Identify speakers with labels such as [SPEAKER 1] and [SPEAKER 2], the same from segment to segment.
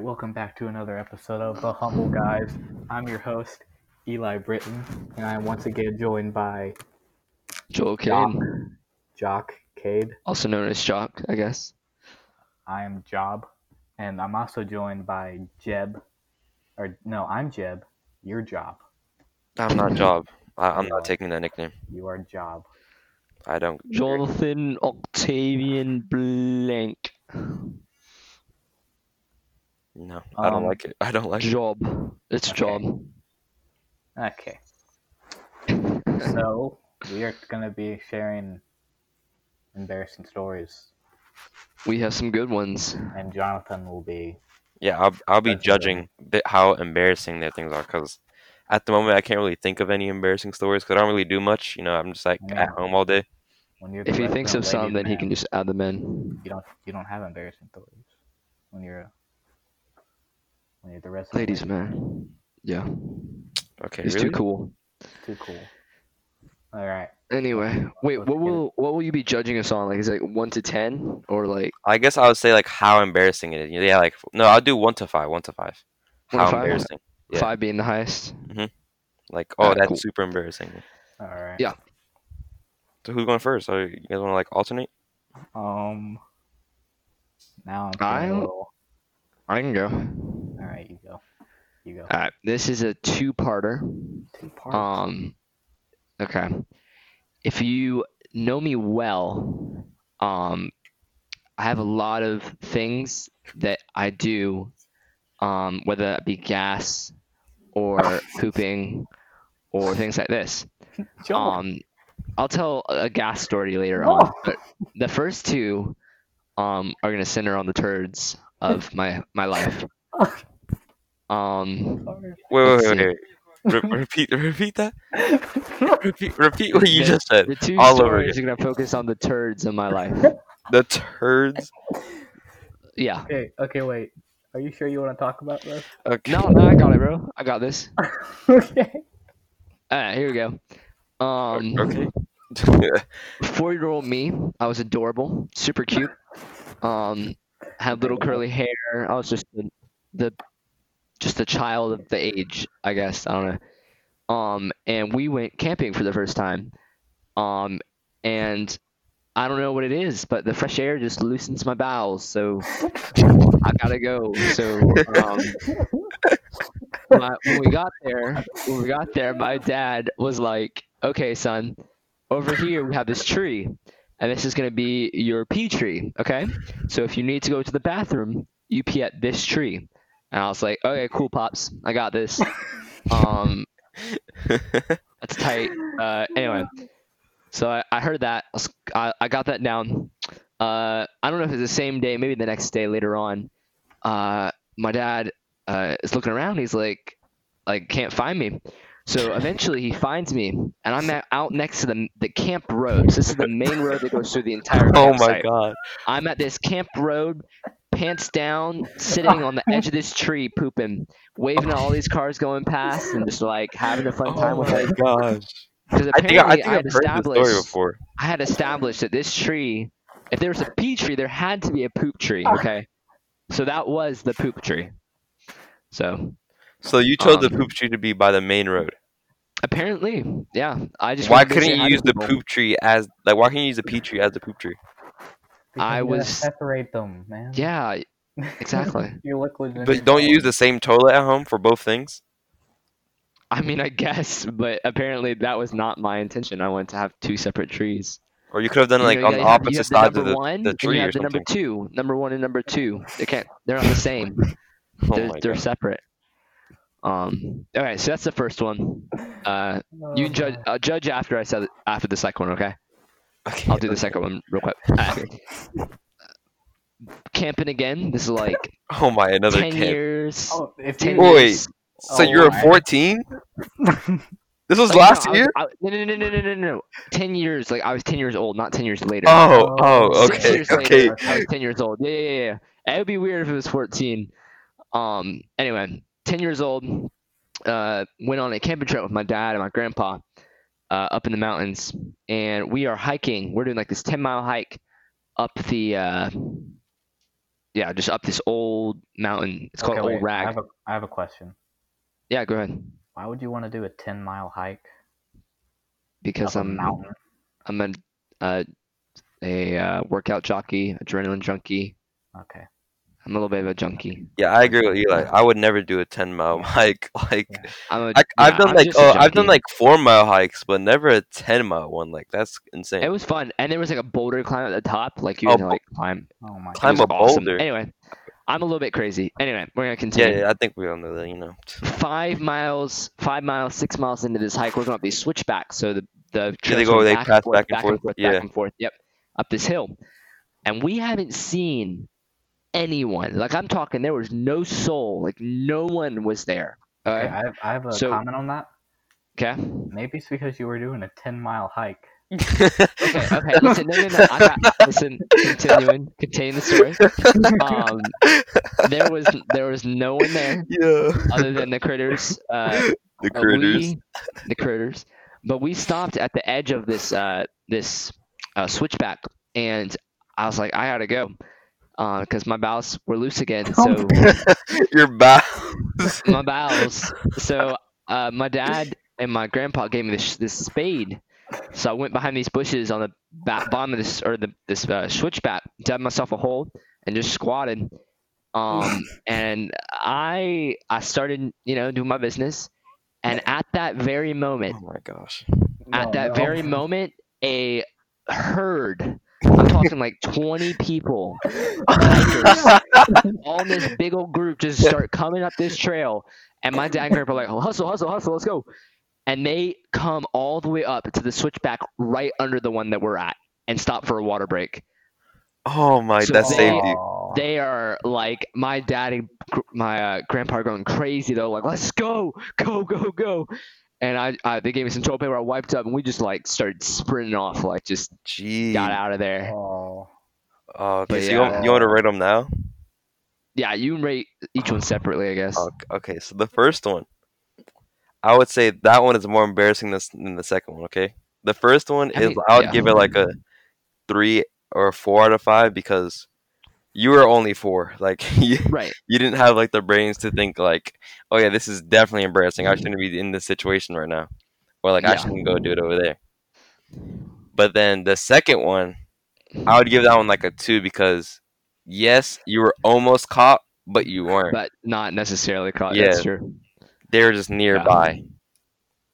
[SPEAKER 1] Welcome back to another episode of The Humble Guys. I'm your host, Eli Britton, and I'm once again joined by
[SPEAKER 2] Joel Cade,
[SPEAKER 1] Jock, Jock Cade.
[SPEAKER 2] also known as Jock, I guess.
[SPEAKER 1] I am Job, and I'm also joined by Jeb. Or, no, I'm Jeb. You're Job.
[SPEAKER 3] I'm not Job. I, I'm
[SPEAKER 1] Yeah.
[SPEAKER 3] not taking that nickname.
[SPEAKER 1] You are Job.
[SPEAKER 3] I don't.
[SPEAKER 2] Jonathan Octavian Blank.
[SPEAKER 3] No, I don't
[SPEAKER 1] Um,
[SPEAKER 3] like it. I don't like it.
[SPEAKER 2] Job. It's
[SPEAKER 1] Okay.
[SPEAKER 2] job.
[SPEAKER 1] Okay. so, we are going to be sharing embarrassing stories,
[SPEAKER 2] We have some good ones.
[SPEAKER 1] and Jonathan will be.
[SPEAKER 3] Yeah, I'll, I'll be
[SPEAKER 1] That's fair.
[SPEAKER 3] judging th- how embarrassing their things are because at the moment I can't really think of any embarrassing stories because I don't really do much. You know, I'm just like
[SPEAKER 1] Yeah.
[SPEAKER 3] at home all day.
[SPEAKER 1] When you're the
[SPEAKER 2] If he
[SPEAKER 1] president
[SPEAKER 2] thinks
[SPEAKER 1] of
[SPEAKER 2] of some,
[SPEAKER 1] Ladies'
[SPEAKER 2] then he
[SPEAKER 1] Man,
[SPEAKER 2] can just add them in.
[SPEAKER 1] you don't you don't have embarrassing stories when you're a- when you're the rest
[SPEAKER 2] Ladies,
[SPEAKER 1] of
[SPEAKER 2] man. Yeah.
[SPEAKER 3] Okay,
[SPEAKER 2] He's
[SPEAKER 3] really?
[SPEAKER 2] too cool.
[SPEAKER 1] it's too cool. All right,
[SPEAKER 2] Anyway, wait,
[SPEAKER 1] Let's
[SPEAKER 2] what
[SPEAKER 1] get it.
[SPEAKER 2] will what will you be judging us on? Like is it like one to ten? Or like
[SPEAKER 3] I guess I would say like how embarrassing it is. Yeah, like no, I'll do one to five. One to five.
[SPEAKER 2] One
[SPEAKER 3] How
[SPEAKER 2] to five?
[SPEAKER 3] embarrassing? Yeah.
[SPEAKER 2] five being the highest?
[SPEAKER 3] Like oh,
[SPEAKER 2] Alright,
[SPEAKER 3] that's
[SPEAKER 2] cool.
[SPEAKER 3] super embarrassing.
[SPEAKER 1] all right.
[SPEAKER 2] Yeah.
[SPEAKER 3] So who's going first? So you guys want to like alternate?
[SPEAKER 1] Um. Now I'm
[SPEAKER 2] I
[SPEAKER 1] feeling a
[SPEAKER 2] don't-
[SPEAKER 1] little.
[SPEAKER 2] I can go.
[SPEAKER 1] All right, you go. You go.
[SPEAKER 2] Alright. This is a two parter.
[SPEAKER 1] Two parts.
[SPEAKER 2] Um, okay. If you know me well, um, I have a lot of things that I do, um, whether that be gas or pooping or things like this. Um, I'll tell a a gas story later on.
[SPEAKER 1] No.
[SPEAKER 2] But the first two um, are going to center on the turds of my, my life. Um,
[SPEAKER 1] Sorry.
[SPEAKER 3] Wait, wait,
[SPEAKER 2] Let's see.
[SPEAKER 3] wait, wait. wait. Re- repeat, repeat that. Repeat, repeat what you
[SPEAKER 2] The-
[SPEAKER 3] just said.
[SPEAKER 2] the two
[SPEAKER 3] all over
[SPEAKER 2] stories are going to focus on the turds of my life.
[SPEAKER 3] The turds.
[SPEAKER 2] Yeah.
[SPEAKER 1] okay. Okay. Wait. Are you sure you want to talk about this?
[SPEAKER 3] Okay.
[SPEAKER 2] No, no, I got it, bro. I got this.
[SPEAKER 1] okay.
[SPEAKER 2] All right, here we go. Um,
[SPEAKER 3] Okay.
[SPEAKER 2] four-year-old me, I was adorable, super cute. Um, had little curly hair. I was just the, the just a child of the age, I guess. I don't know. Um, and we went camping for the first time. Um, and I don't know what it is, but the fresh air just loosens my bowels, so I gotta go. So um, my, when we got there, when we got there, my dad was like, "Okay, son, over here we have this tree, and this is gonna be your pee tree. Okay, so if you need to go to the bathroom, you pee at this tree." And I was like, "Okay, cool, pops, I got this." Um, that's tight. Uh, anyway, so I, I heard that. I was- I, I got that down. Uh, I don't know if it's the same day, maybe the next day later on. Uh, my dad uh, is looking around. He's like, like can't find me. So eventually he finds me, and I'm at, out next to the the camp road. So this is the main road that goes through the entire.
[SPEAKER 3] oh my
[SPEAKER 2] campsite.
[SPEAKER 3] god.
[SPEAKER 2] I'm at this camp road, pants down, sitting on the edge of this tree, pooping, waving at all these cars going past, and just like having a fun time
[SPEAKER 3] Oh
[SPEAKER 2] with
[SPEAKER 3] my
[SPEAKER 2] it.
[SPEAKER 3] gosh.
[SPEAKER 2] Because
[SPEAKER 3] I think I,
[SPEAKER 2] apparently
[SPEAKER 3] I think
[SPEAKER 2] I, had
[SPEAKER 3] I've heard this story
[SPEAKER 2] established
[SPEAKER 3] before.
[SPEAKER 2] I had established that this tree, if there was a pea tree, there had to be a poop tree.
[SPEAKER 3] Ah.
[SPEAKER 2] Okay, so that was the poop tree. So
[SPEAKER 3] So you told the
[SPEAKER 2] Um,
[SPEAKER 3] poop tree to be by the main road.
[SPEAKER 2] apparently, yeah, I just
[SPEAKER 3] Why
[SPEAKER 2] wanted to say
[SPEAKER 3] couldn't
[SPEAKER 2] hi
[SPEAKER 3] you
[SPEAKER 2] to
[SPEAKER 3] use the
[SPEAKER 2] people.
[SPEAKER 3] poop tree as like? Why can't you use the pea tree as the poop tree?
[SPEAKER 2] I
[SPEAKER 1] Because you gotta
[SPEAKER 2] was-
[SPEAKER 1] separate them, man.
[SPEAKER 2] Yeah, exactly.
[SPEAKER 1] Your liquid. and your
[SPEAKER 3] But don't you use
[SPEAKER 1] solid.
[SPEAKER 3] the same toilet at home for both things?
[SPEAKER 2] I mean, I guess, but apparently that was not my intention. I wanted to have two separate trees.
[SPEAKER 3] Or you could have done
[SPEAKER 2] You
[SPEAKER 3] like
[SPEAKER 2] know,
[SPEAKER 3] on
[SPEAKER 2] you
[SPEAKER 3] the
[SPEAKER 2] have- you
[SPEAKER 3] opposite
[SPEAKER 2] have
[SPEAKER 3] sides of
[SPEAKER 2] number
[SPEAKER 3] the,
[SPEAKER 2] one,
[SPEAKER 3] the
[SPEAKER 2] and
[SPEAKER 3] tree
[SPEAKER 2] you have
[SPEAKER 3] or
[SPEAKER 2] the number
[SPEAKER 3] something.
[SPEAKER 2] two, number one and number two. They can't. They're not the same.
[SPEAKER 3] Oh
[SPEAKER 2] they're
[SPEAKER 3] my
[SPEAKER 2] they're
[SPEAKER 3] god.
[SPEAKER 2] separate. Um. All right. So that's the first one. Uh,
[SPEAKER 1] Oh,
[SPEAKER 2] you judge.
[SPEAKER 1] God.
[SPEAKER 2] I'll judge after I said after the second one. Okay.
[SPEAKER 3] Okay.
[SPEAKER 2] I'll do the second one real quick. Alright. Camping again. This is like
[SPEAKER 3] Oh my, another
[SPEAKER 2] ten
[SPEAKER 3] kid.
[SPEAKER 2] years.
[SPEAKER 1] Oh, if
[SPEAKER 2] Ten
[SPEAKER 1] you-
[SPEAKER 3] Boy.
[SPEAKER 2] years.
[SPEAKER 3] So
[SPEAKER 1] Oh
[SPEAKER 3] you were
[SPEAKER 1] my.
[SPEAKER 3] 14? This was
[SPEAKER 2] Like,
[SPEAKER 3] last
[SPEAKER 2] no, I was-
[SPEAKER 3] year?
[SPEAKER 2] I- no, no, no, no, no, no, no. Ten years. Like I was ten years old, not ten years later.
[SPEAKER 3] Oh, oh,
[SPEAKER 2] Six
[SPEAKER 3] okay,
[SPEAKER 2] years
[SPEAKER 3] okay.
[SPEAKER 2] later, I was ten years old. Yeah, yeah, yeah, yeah. It would be weird if it was fourteen. Um. Anyway, ten years old. Uh, went on a camping trip with my dad and my grandpa, uh, up in the mountains, and we are hiking. We're doing like this ten mile hike up the uh, yeah, just up this old mountain. It's called Old
[SPEAKER 1] I
[SPEAKER 2] Rag.
[SPEAKER 1] have, a, I have a question.
[SPEAKER 2] Yeah, go ahead.
[SPEAKER 1] Why would you want to do a 10 mile hike
[SPEAKER 2] Because
[SPEAKER 1] up a
[SPEAKER 2] I'm
[SPEAKER 1] mountain?
[SPEAKER 2] I'm a uh, a uh, workout jockey, adrenaline junkie.
[SPEAKER 1] Okay.
[SPEAKER 2] I'm a little bit of a junkie.
[SPEAKER 3] Yeah, I agree with Eli. I would never do a ten mile hike. Like
[SPEAKER 1] Yeah.
[SPEAKER 2] I'm a,
[SPEAKER 3] I, I've
[SPEAKER 2] yeah,
[SPEAKER 3] done
[SPEAKER 2] I'm
[SPEAKER 3] like
[SPEAKER 2] just a
[SPEAKER 3] oh, I've done
[SPEAKER 2] junkie.
[SPEAKER 3] like four mile hikes, but never a ten mile one. Like that's insane.
[SPEAKER 2] It was fun, and there was like a boulder climb at the top. Like you
[SPEAKER 3] Oh,
[SPEAKER 2] had to
[SPEAKER 3] bo-
[SPEAKER 2] like climb.
[SPEAKER 1] Oh my
[SPEAKER 2] It
[SPEAKER 3] Climb
[SPEAKER 2] was
[SPEAKER 3] a
[SPEAKER 2] awesome.
[SPEAKER 3] boulder?
[SPEAKER 2] Anyway, I'm a little bit crazy. Anyway, we're gonna
[SPEAKER 3] yeah,
[SPEAKER 2] continue.
[SPEAKER 3] yeah, I think we all know that. You know,
[SPEAKER 2] Five miles, five miles, six miles into this hike, we're going up these switchbacks. So the the
[SPEAKER 3] Yeah,
[SPEAKER 2] trails
[SPEAKER 3] they
[SPEAKER 2] go
[SPEAKER 3] go- oh, they
[SPEAKER 2] back,
[SPEAKER 3] pass
[SPEAKER 2] and forth,
[SPEAKER 3] back and forth, yeah.
[SPEAKER 2] back and forth. Yep, up this hill, and we haven't seen anyone. Like I'm talking, there was no soul. Like no one was there. All
[SPEAKER 1] Okay,
[SPEAKER 2] right.
[SPEAKER 1] I have, I have a
[SPEAKER 2] So-
[SPEAKER 1] comment on that.
[SPEAKER 2] Okay.
[SPEAKER 1] Maybe it's because you were doing a 10 mile hike.
[SPEAKER 2] Okay. Okay. Listen. No. No. No. I got, listen. Continuing. Continuing the story. Um, there was there was no one there
[SPEAKER 3] yeah,
[SPEAKER 2] other than the critters. Uh,
[SPEAKER 3] the
[SPEAKER 2] Uh,
[SPEAKER 3] critters.
[SPEAKER 2] we- the critters. But we stopped at the edge of this uh, this uh, switchback, and I was like, I gotta go, because my bowels were loose again.
[SPEAKER 1] Oh
[SPEAKER 2] So
[SPEAKER 3] Your back.
[SPEAKER 2] my bowels. So uh, my dad and my grandpa gave me this this spade. So I went behind these bushes on the back, bottom of this or the this uh, switchback, dug myself a hole, and just squatted. Um, and I I started you know doing my business, and at that very moment
[SPEAKER 3] Oh my gosh.
[SPEAKER 2] at
[SPEAKER 1] No,
[SPEAKER 2] that
[SPEAKER 1] no.
[SPEAKER 2] very moment, a herd. I'm talking like 20 people, hikers, all in this big old group just start coming up this trail. And my dad and grandpa are like, hustle, hustle, hustle, let's go. And they come all the way up to the switchback right under the one that we're at and stop for a water break.
[SPEAKER 3] Oh my,
[SPEAKER 2] So
[SPEAKER 3] that
[SPEAKER 2] they-
[SPEAKER 3] saved you.
[SPEAKER 1] Oh.
[SPEAKER 2] They are like, my dad and gr- my uh, grandpa are going crazy. They're like, let's go, go, go, go. And I, I, they gave me some toilet paper. I wiped up, and we just like started sprinting off, like just
[SPEAKER 3] Gee.
[SPEAKER 2] got out of there.
[SPEAKER 1] Oh.
[SPEAKER 3] Oh, okay,
[SPEAKER 2] But
[SPEAKER 3] so you, want, you want to rate them now?
[SPEAKER 2] Yeah, you can rate each one separately, I guess.
[SPEAKER 3] Ok- Okay, so the first one, I would say that one is more embarrassing than, s- than the second one. Okay, the first one
[SPEAKER 2] I
[SPEAKER 3] is
[SPEAKER 2] mean,
[SPEAKER 3] I would
[SPEAKER 2] yeah.
[SPEAKER 3] give it like a three or a four out of five because you were only four. Like you,
[SPEAKER 2] Right.
[SPEAKER 3] you didn't have like the brains to think like, oh yeah, this is definitely embarrassing. I shouldn't be in this situation right now, or like
[SPEAKER 2] Mm-hmm.
[SPEAKER 3] I
[SPEAKER 2] Yeah.
[SPEAKER 3] shouldn't go do it over there. But then the second one, I would give that one like a two because yes, you were almost caught, but you weren't.
[SPEAKER 2] But not necessarily caught.
[SPEAKER 3] Yeah.
[SPEAKER 2] That's true.
[SPEAKER 3] they were just nearby.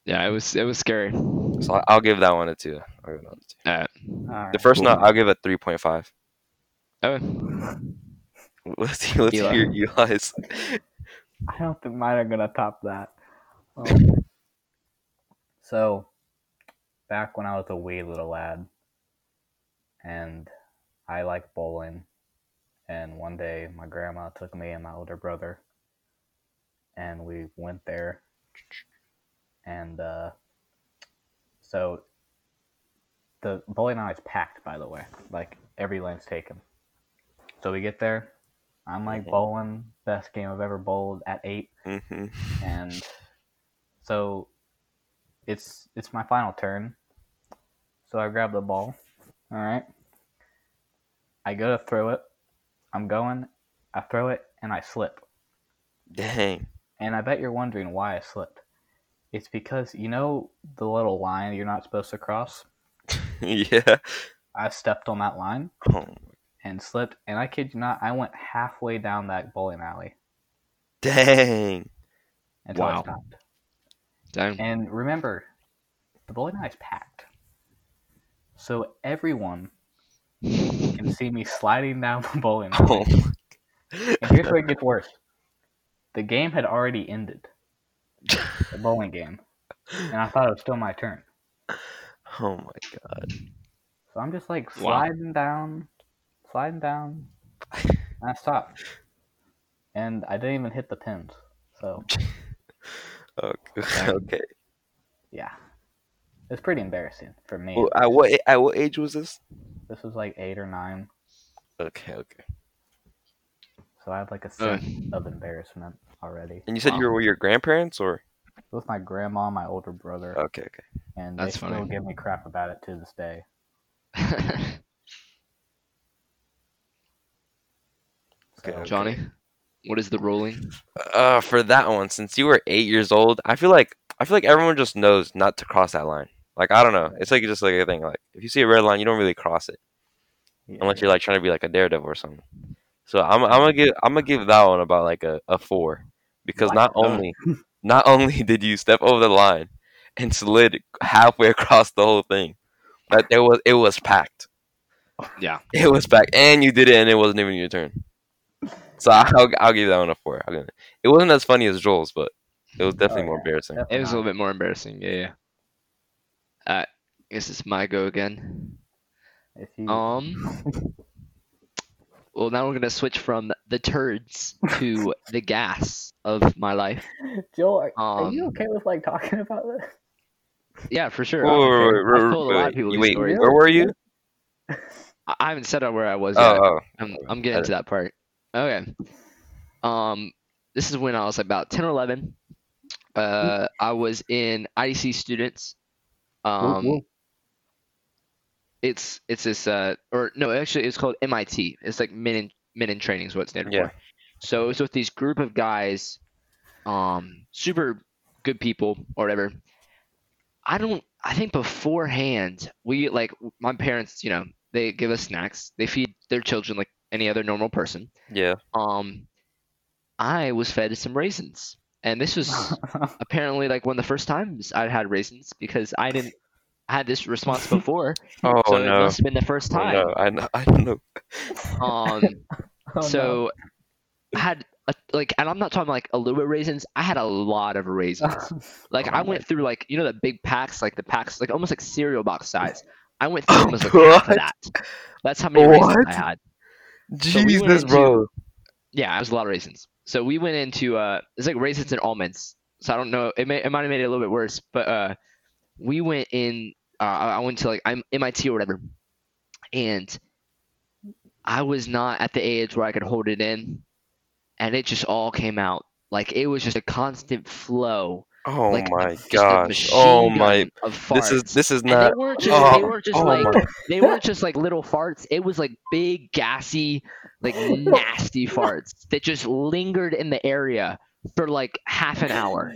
[SPEAKER 2] Yeah, it was it was scary. Uh, All
[SPEAKER 3] So I- I'll give that one a two. I'll give that one a two.
[SPEAKER 2] right.
[SPEAKER 1] Alright.
[SPEAKER 3] The first one
[SPEAKER 2] Cool.
[SPEAKER 3] I'll give a three point five.
[SPEAKER 2] Okay.
[SPEAKER 3] Let's see, let's
[SPEAKER 2] Eli.
[SPEAKER 3] hear Eli's.
[SPEAKER 1] I don't think mine are gonna top that. Um, so, back when I was a wee little lad, and I liked bowling, and one day my grandma took me and my older brother, and we went there, and uh, so the bowling alley is packed. By the way, like every lane's taken. So we get there. I'm like
[SPEAKER 3] Mhm.
[SPEAKER 1] bowling, best game I've ever bowled at eight
[SPEAKER 3] hmm
[SPEAKER 1] and so it's it's my final turn. So I grab the ball. All right. I go to throw it. I'm going. I throw it and I slip.
[SPEAKER 3] Dang.
[SPEAKER 1] And I bet you're wondering why I slipped. It's because you know the little line you're not supposed to cross.
[SPEAKER 3] yeah.
[SPEAKER 1] I stepped on that line
[SPEAKER 3] Oh,
[SPEAKER 1] and slipped. And I kid you not, I went halfway down that bowling alley
[SPEAKER 3] dang.
[SPEAKER 1] until I
[SPEAKER 2] Wow.
[SPEAKER 1] stopped.
[SPEAKER 2] Dang.
[SPEAKER 1] And remember, the bowling alley's packed. So everyone can see me sliding down the bowling alley.
[SPEAKER 3] Oh.
[SPEAKER 1] And here's where it gets worse. The game had already ended. The bowling game. And I thought it was still my turn.
[SPEAKER 3] oh my god.
[SPEAKER 1] So I'm just like
[SPEAKER 2] Wow.
[SPEAKER 1] sliding down, sliding down. And I stopped. And I didn't even hit the pins. So
[SPEAKER 3] Okay. okay.
[SPEAKER 1] yeah. It's pretty embarrassing for me.
[SPEAKER 3] Well, at what a- at what age was this?
[SPEAKER 1] This was like eight or nine.
[SPEAKER 3] Okay. Okay.
[SPEAKER 1] So I had like a
[SPEAKER 2] Uh.
[SPEAKER 1] sense of embarrassment already.
[SPEAKER 3] And you said you were with your grandparents, or
[SPEAKER 1] With my grandma, and my older brother,
[SPEAKER 3] okay, okay.
[SPEAKER 1] and
[SPEAKER 2] Oh, that's
[SPEAKER 1] they still
[SPEAKER 2] funny.
[SPEAKER 1] give me crap about it to this day. So,
[SPEAKER 3] Okay.
[SPEAKER 2] Johnny, what is the ruling?
[SPEAKER 3] Uh, for that one, since you were eight years old, I feel like I feel like everyone just knows not to cross that line. Like I don't know, it's like just like a thing. Like if you see a red line, you don't really cross it
[SPEAKER 1] yeah.
[SPEAKER 3] unless you're like trying to be like a daredevil or something. So I'm I'm gonna give I'm gonna give that one about like a, a four because
[SPEAKER 1] Like
[SPEAKER 3] not
[SPEAKER 1] that.
[SPEAKER 3] only not only did you step over the line and slid halfway across the whole thing, but there was it was packed.
[SPEAKER 2] Yeah.
[SPEAKER 3] It was back, and you did it, and it wasn't even your turn. So I'll, I'll give that one a four. I'll give it. it wasn't as funny as Joel's, but it was definitely
[SPEAKER 1] Oh,
[SPEAKER 3] more
[SPEAKER 1] yeah.
[SPEAKER 3] embarrassing.
[SPEAKER 2] It was a
[SPEAKER 1] Definitely.
[SPEAKER 2] little bit more embarrassing. Yeah, yeah. Uh, I guess it's my go again.
[SPEAKER 1] If
[SPEAKER 3] Mm.
[SPEAKER 1] you,
[SPEAKER 2] Um. Well, now we're gonna switch from the turds to the gas of my life.
[SPEAKER 1] Joel, are, are you
[SPEAKER 2] um,
[SPEAKER 1] okay with like talking about this?
[SPEAKER 2] Yeah, for sure.
[SPEAKER 3] Whoa,
[SPEAKER 2] I don't
[SPEAKER 3] wait,
[SPEAKER 2] care.
[SPEAKER 3] wait,
[SPEAKER 2] I've
[SPEAKER 3] wait,
[SPEAKER 2] told a lot of
[SPEAKER 3] wait,
[SPEAKER 2] people these
[SPEAKER 3] wait,
[SPEAKER 2] stories.
[SPEAKER 3] where were you?
[SPEAKER 2] I I haven't said out where I was yet.
[SPEAKER 3] Oh, oh,
[SPEAKER 2] I'm, I'm getting
[SPEAKER 3] Got
[SPEAKER 2] to that part. Okay. Um, this is when I was about 10 or 11. Uh, I was in IDC students. Um,
[SPEAKER 1] whoop.
[SPEAKER 2] it's it's this uh or no actually it's called MIT. It's like men in men in training is what it's named
[SPEAKER 3] Yeah.
[SPEAKER 2] for. So it was with these group of guys, um, super good people or whatever. I don't. I think beforehand we like my parents. You know they give us snacks. They feed their children like any other normal person
[SPEAKER 3] yeah.
[SPEAKER 2] um, I was fed some raisins, and this was
[SPEAKER 1] Oh,
[SPEAKER 2] apparently like one of the first times I'd had raisins because I didn't I had this response before,
[SPEAKER 3] Oh
[SPEAKER 2] so it
[SPEAKER 3] no.
[SPEAKER 2] must have been the first
[SPEAKER 3] Oh,
[SPEAKER 2] time.
[SPEAKER 3] no, I know. I don't know.
[SPEAKER 2] Um,
[SPEAKER 1] Oh, no.
[SPEAKER 2] so I had a, like, and I'm not talking like a little bit of raisins. I had a lot of raisins. Like
[SPEAKER 1] Oh
[SPEAKER 2] I
[SPEAKER 1] my
[SPEAKER 2] went through like you know the big packs, like the packs, like almost like cereal box size. I went through
[SPEAKER 3] Oh,
[SPEAKER 2] almost like half of
[SPEAKER 3] what?
[SPEAKER 2] that. That's how many raisins I
[SPEAKER 3] What?
[SPEAKER 2] had. So we went
[SPEAKER 3] Jesus,
[SPEAKER 2] into-
[SPEAKER 3] bro.
[SPEAKER 2] Yeah, it was a lot of raisins. So we went into uh, it's like raisins and almonds. So I don't know. It may it might have made it a little bit worse, but uh, we went in. Uh, I I went to like I'm MIT or whatever, and I was not at the age where I could hold it in, and it just all came out. Like it was just a constant flow.
[SPEAKER 3] Oh
[SPEAKER 2] like,
[SPEAKER 3] my
[SPEAKER 2] just a
[SPEAKER 3] gosh.
[SPEAKER 2] machine
[SPEAKER 3] Oh my.
[SPEAKER 2] gun Of
[SPEAKER 3] This is
[SPEAKER 2] farts.
[SPEAKER 3] this is
[SPEAKER 2] And
[SPEAKER 3] not.
[SPEAKER 2] they weren't just, they
[SPEAKER 3] oh,
[SPEAKER 2] weren't just
[SPEAKER 3] Oh
[SPEAKER 2] like
[SPEAKER 3] my.
[SPEAKER 2] they weren't just like little farts. It was like big, gassy, like nasty farts that just lingered in the area for like half an hour.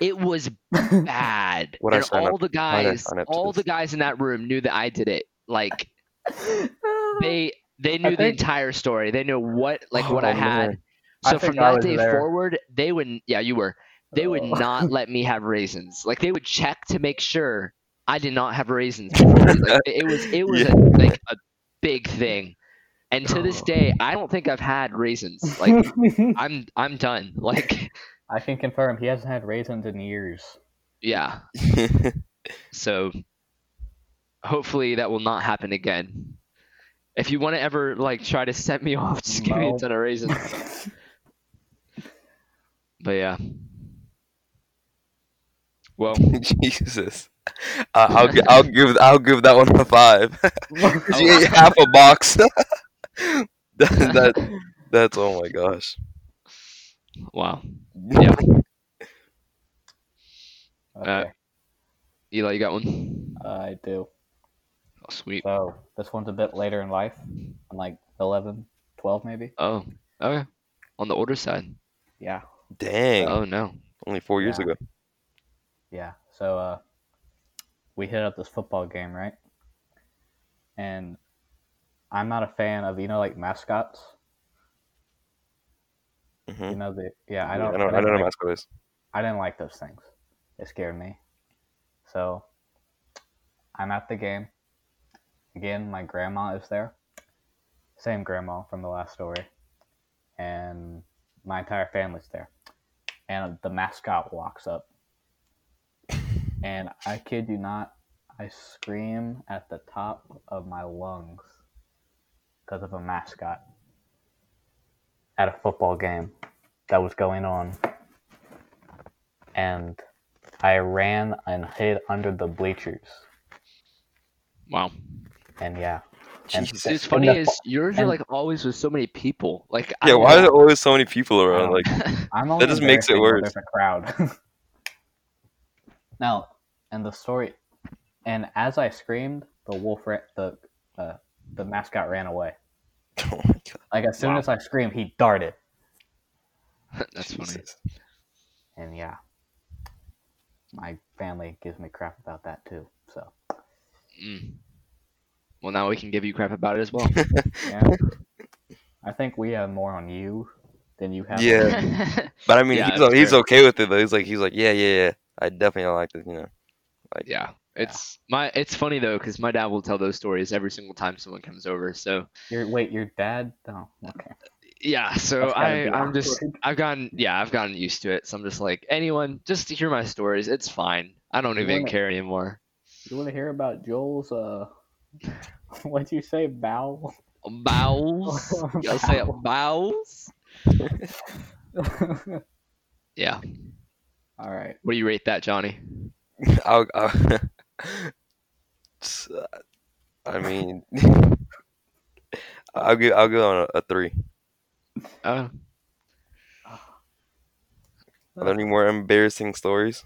[SPEAKER 2] It was
[SPEAKER 1] God.
[SPEAKER 2] bad,
[SPEAKER 3] What'd I
[SPEAKER 2] and
[SPEAKER 3] sign
[SPEAKER 2] all
[SPEAKER 3] up-
[SPEAKER 2] the
[SPEAKER 3] I
[SPEAKER 2] guys,
[SPEAKER 3] sign up to
[SPEAKER 2] all the
[SPEAKER 3] this?
[SPEAKER 2] guys in that room knew that I did it. Like they they knew the
[SPEAKER 1] think-
[SPEAKER 2] entire story. They knew what like what
[SPEAKER 3] Oh,
[SPEAKER 2] I had.
[SPEAKER 3] man.
[SPEAKER 1] I
[SPEAKER 2] So from
[SPEAKER 1] think I
[SPEAKER 2] that
[SPEAKER 1] was
[SPEAKER 2] day
[SPEAKER 1] there.
[SPEAKER 2] forward, they would yeah you were they would
[SPEAKER 1] Oh.
[SPEAKER 2] not let me have raisins. Like they would check to make sure I did not have raisins. like, it was it was a, like a big thing, and to
[SPEAKER 1] Oh.
[SPEAKER 2] this day I don't think I've had raisins. Like I'm I'm done. Like
[SPEAKER 1] I can confirm he hasn't had raisins in years.
[SPEAKER 2] yeah. So hopefully that will not happen again. If you want to ever like try to set me off, just give me a
[SPEAKER 1] No.
[SPEAKER 2] ton of raisins. Oh, But yeah. Well,
[SPEAKER 3] Jesus. I I'll gi- I'll give I'll give that one a five.
[SPEAKER 2] Oh,
[SPEAKER 3] Cause you ate half a box. that, that that's oh my gosh.
[SPEAKER 2] wow. Yeah.
[SPEAKER 1] okay,
[SPEAKER 2] Eli, you got one?
[SPEAKER 1] I do.
[SPEAKER 2] Oh, sweet.
[SPEAKER 1] So this one's a bit later in life. I'm like 11, 12 maybe.
[SPEAKER 2] Oh, okay. On the older side.
[SPEAKER 1] Yeah,
[SPEAKER 3] Dang.
[SPEAKER 2] Oh no.
[SPEAKER 3] Only four years
[SPEAKER 1] Yeah.
[SPEAKER 3] ago.
[SPEAKER 1] yeah. So uh, we hit up this football game, right? And I'm not a fan of you know like mascots.
[SPEAKER 3] hmm
[SPEAKER 1] You know the yeah.
[SPEAKER 3] I
[SPEAKER 1] I don't.
[SPEAKER 3] I don't,
[SPEAKER 1] I don't
[SPEAKER 3] know
[SPEAKER 1] like-
[SPEAKER 3] mascot is.
[SPEAKER 1] I didn't like those things. It scared me. So I'm at the game. Again, my grandma is there. Same grandma from the last story. And my entire family's there. And the mascot walks up. And I kid you not, I scream at the top of my lungs because of a mascot at a football game that was going on and I ran and hid under the bleachers.
[SPEAKER 2] Wow.
[SPEAKER 1] And yeah, And-
[SPEAKER 3] Jesus.
[SPEAKER 2] See, what's
[SPEAKER 1] And
[SPEAKER 2] funny
[SPEAKER 1] the-
[SPEAKER 2] is yours are
[SPEAKER 1] and-
[SPEAKER 2] like always with so many people. Like I
[SPEAKER 3] Yeah,
[SPEAKER 2] don't
[SPEAKER 3] why are
[SPEAKER 2] know.
[SPEAKER 3] there always so many people around? Like,
[SPEAKER 1] I'm only
[SPEAKER 3] just makes it
[SPEAKER 1] embarrassing when
[SPEAKER 3] worse.
[SPEAKER 1] There's a crowd. now, and the story, and as I screamed, the wolf, ra- the uh, the mascot ran away.
[SPEAKER 3] Oh my God.
[SPEAKER 1] Like as soon
[SPEAKER 3] Wow.
[SPEAKER 1] as I screamed, he darted.
[SPEAKER 2] That's funny.
[SPEAKER 3] Jesus.
[SPEAKER 1] And yeah, my family gives me crap about that too. So
[SPEAKER 2] Mm. Well, now we can give you crap about it as well.
[SPEAKER 1] yeah, I think we have more on you than you have. on
[SPEAKER 3] Yeah.
[SPEAKER 1] me.
[SPEAKER 3] But I mean,
[SPEAKER 2] Yeah,
[SPEAKER 3] he's,
[SPEAKER 2] that's
[SPEAKER 3] he's
[SPEAKER 2] fair.
[SPEAKER 3] okay with it though. He's like he's like yeah yeah yeah. I definitely don't like this, you know.
[SPEAKER 2] yeah, it's my. It's funny though, because my dad will tell those stories every single time someone comes over. So
[SPEAKER 1] Your wait, your dad? No, okay.
[SPEAKER 2] yeah, so
[SPEAKER 1] That's gotta
[SPEAKER 2] I,
[SPEAKER 1] be
[SPEAKER 2] I'm just,
[SPEAKER 1] awkward.
[SPEAKER 2] I've gotten, yeah, I've gotten used to it. So I'm just like, anyone, just to hear my stories, it's fine. I don't
[SPEAKER 1] You
[SPEAKER 2] even
[SPEAKER 1] wanna-
[SPEAKER 2] care anymore.
[SPEAKER 1] You want to hear about Joel's? Uh, what'd you say? Bow.
[SPEAKER 2] Bowels, you say
[SPEAKER 1] Bowels.
[SPEAKER 2] bowels.
[SPEAKER 1] All
[SPEAKER 2] Yeah.
[SPEAKER 1] right.
[SPEAKER 2] What do you rate that, Johnny?
[SPEAKER 3] I'll, I'll S- I mean, I'll give I'll give it on a, a three.
[SPEAKER 2] Oh,
[SPEAKER 3] Are there any more embarrassing stories?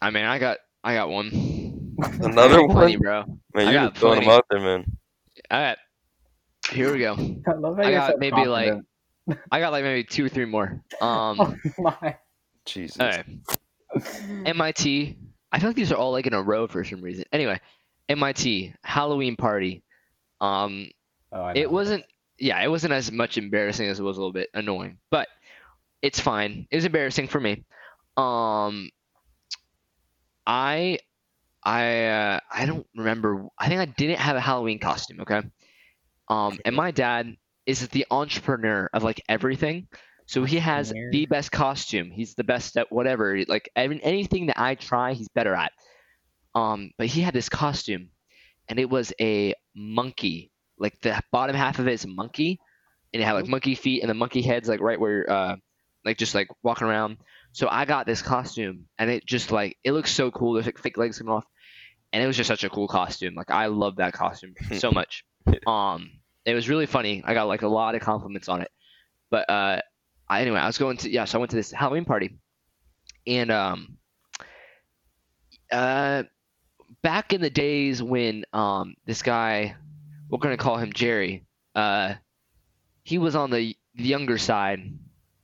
[SPEAKER 2] I mean, I got, I got one. I
[SPEAKER 3] Another
[SPEAKER 2] got plenty,
[SPEAKER 3] one,
[SPEAKER 2] bro.
[SPEAKER 3] man.
[SPEAKER 2] I
[SPEAKER 3] You're
[SPEAKER 2] got
[SPEAKER 3] just throwing them
[SPEAKER 2] plenty.
[SPEAKER 3] out there, man.
[SPEAKER 2] All right, here we go.
[SPEAKER 1] I love how
[SPEAKER 2] I
[SPEAKER 1] you're
[SPEAKER 2] got
[SPEAKER 1] so
[SPEAKER 2] maybe,
[SPEAKER 1] confident.
[SPEAKER 2] I got like maybe two or three more. Um, all
[SPEAKER 1] my.
[SPEAKER 3] Jesus.
[SPEAKER 2] right. MIT. I feel like these are all like in a row for some reason. Anyway, MIT Halloween party. Um,
[SPEAKER 1] Oh, I know.
[SPEAKER 2] it wasn't. Yeah, it wasn't as much embarrassing as it was a little bit annoying, but it's fine. It was embarrassing for me. Um, I, I, uh, I don't remember. I think I didn't have a Halloween costume. Okay. Um, and my dad is the entrepreneur of like everything. So he has the
[SPEAKER 1] Entrepreneur.
[SPEAKER 2] best costume. He's the best at whatever. Like every, anything that I try, he's better at. Um, but he had this costume, and it was a monkey. Like the bottom half of it is a monkey, and it had like monkey feet and the monkey heads like right where uh, like just like walking around. So I got this costume, and it just like it looks so cool. There's like fake legs coming off, and it was just such a cool costume. Like I love that costume so much. Um, it was really funny. I got like a lot of compliments on it. But uh, I, anyway, I was going to yeah, so I went to this Halloween party, and um, uh, back in the days when um this guy, we're gonna call him Jerry, uh, he was on the younger side,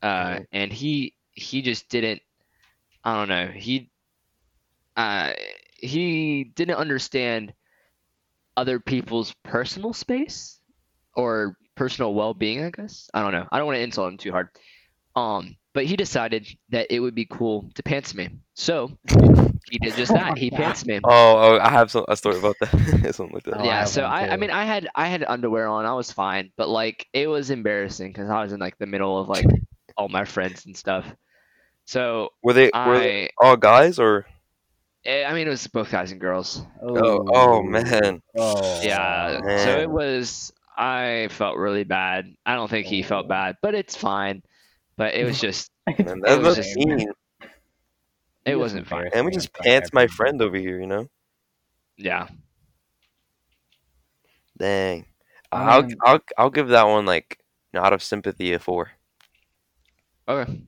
[SPEAKER 2] uh,
[SPEAKER 3] Mhm.
[SPEAKER 2] and he he just didn't, I don't know, he, uh, he didn't understand other people's personal space or personal well-being i guess i don't know i don't want to insult him too hard um but he decided that it would be cool to pants me so he did just that he pants me
[SPEAKER 3] Oh, oh, I have some a story about that. Something like that.
[SPEAKER 1] Oh, I
[SPEAKER 2] yeah
[SPEAKER 1] have
[SPEAKER 2] so
[SPEAKER 1] one
[SPEAKER 2] I, I
[SPEAKER 1] too.
[SPEAKER 2] mean i had i had underwear on i was fine but like it was embarrassing because i was in like the middle of like all my friends and stuff so
[SPEAKER 3] Were they were they
[SPEAKER 2] i
[SPEAKER 3] all guys or?
[SPEAKER 2] eh, i mean it was both guys and girls
[SPEAKER 3] Oh, oh man.
[SPEAKER 1] Oh.
[SPEAKER 2] Yeah. So
[SPEAKER 3] man.
[SPEAKER 2] it was. I felt really bad. I don't think he
[SPEAKER 1] Oh.
[SPEAKER 2] felt bad, but it's fine. But it was just.
[SPEAKER 3] Man, that's
[SPEAKER 2] It
[SPEAKER 3] not
[SPEAKER 2] was
[SPEAKER 1] just-
[SPEAKER 3] mean.
[SPEAKER 2] It
[SPEAKER 1] You're
[SPEAKER 2] wasn't
[SPEAKER 1] just
[SPEAKER 2] fine.
[SPEAKER 3] And we just pants my friend over here, you know?
[SPEAKER 2] Yeah.
[SPEAKER 3] Dang.
[SPEAKER 1] I
[SPEAKER 3] I'll
[SPEAKER 1] mean-
[SPEAKER 3] I'll I'll give that one like an out of sympathy a four.
[SPEAKER 2] Okay.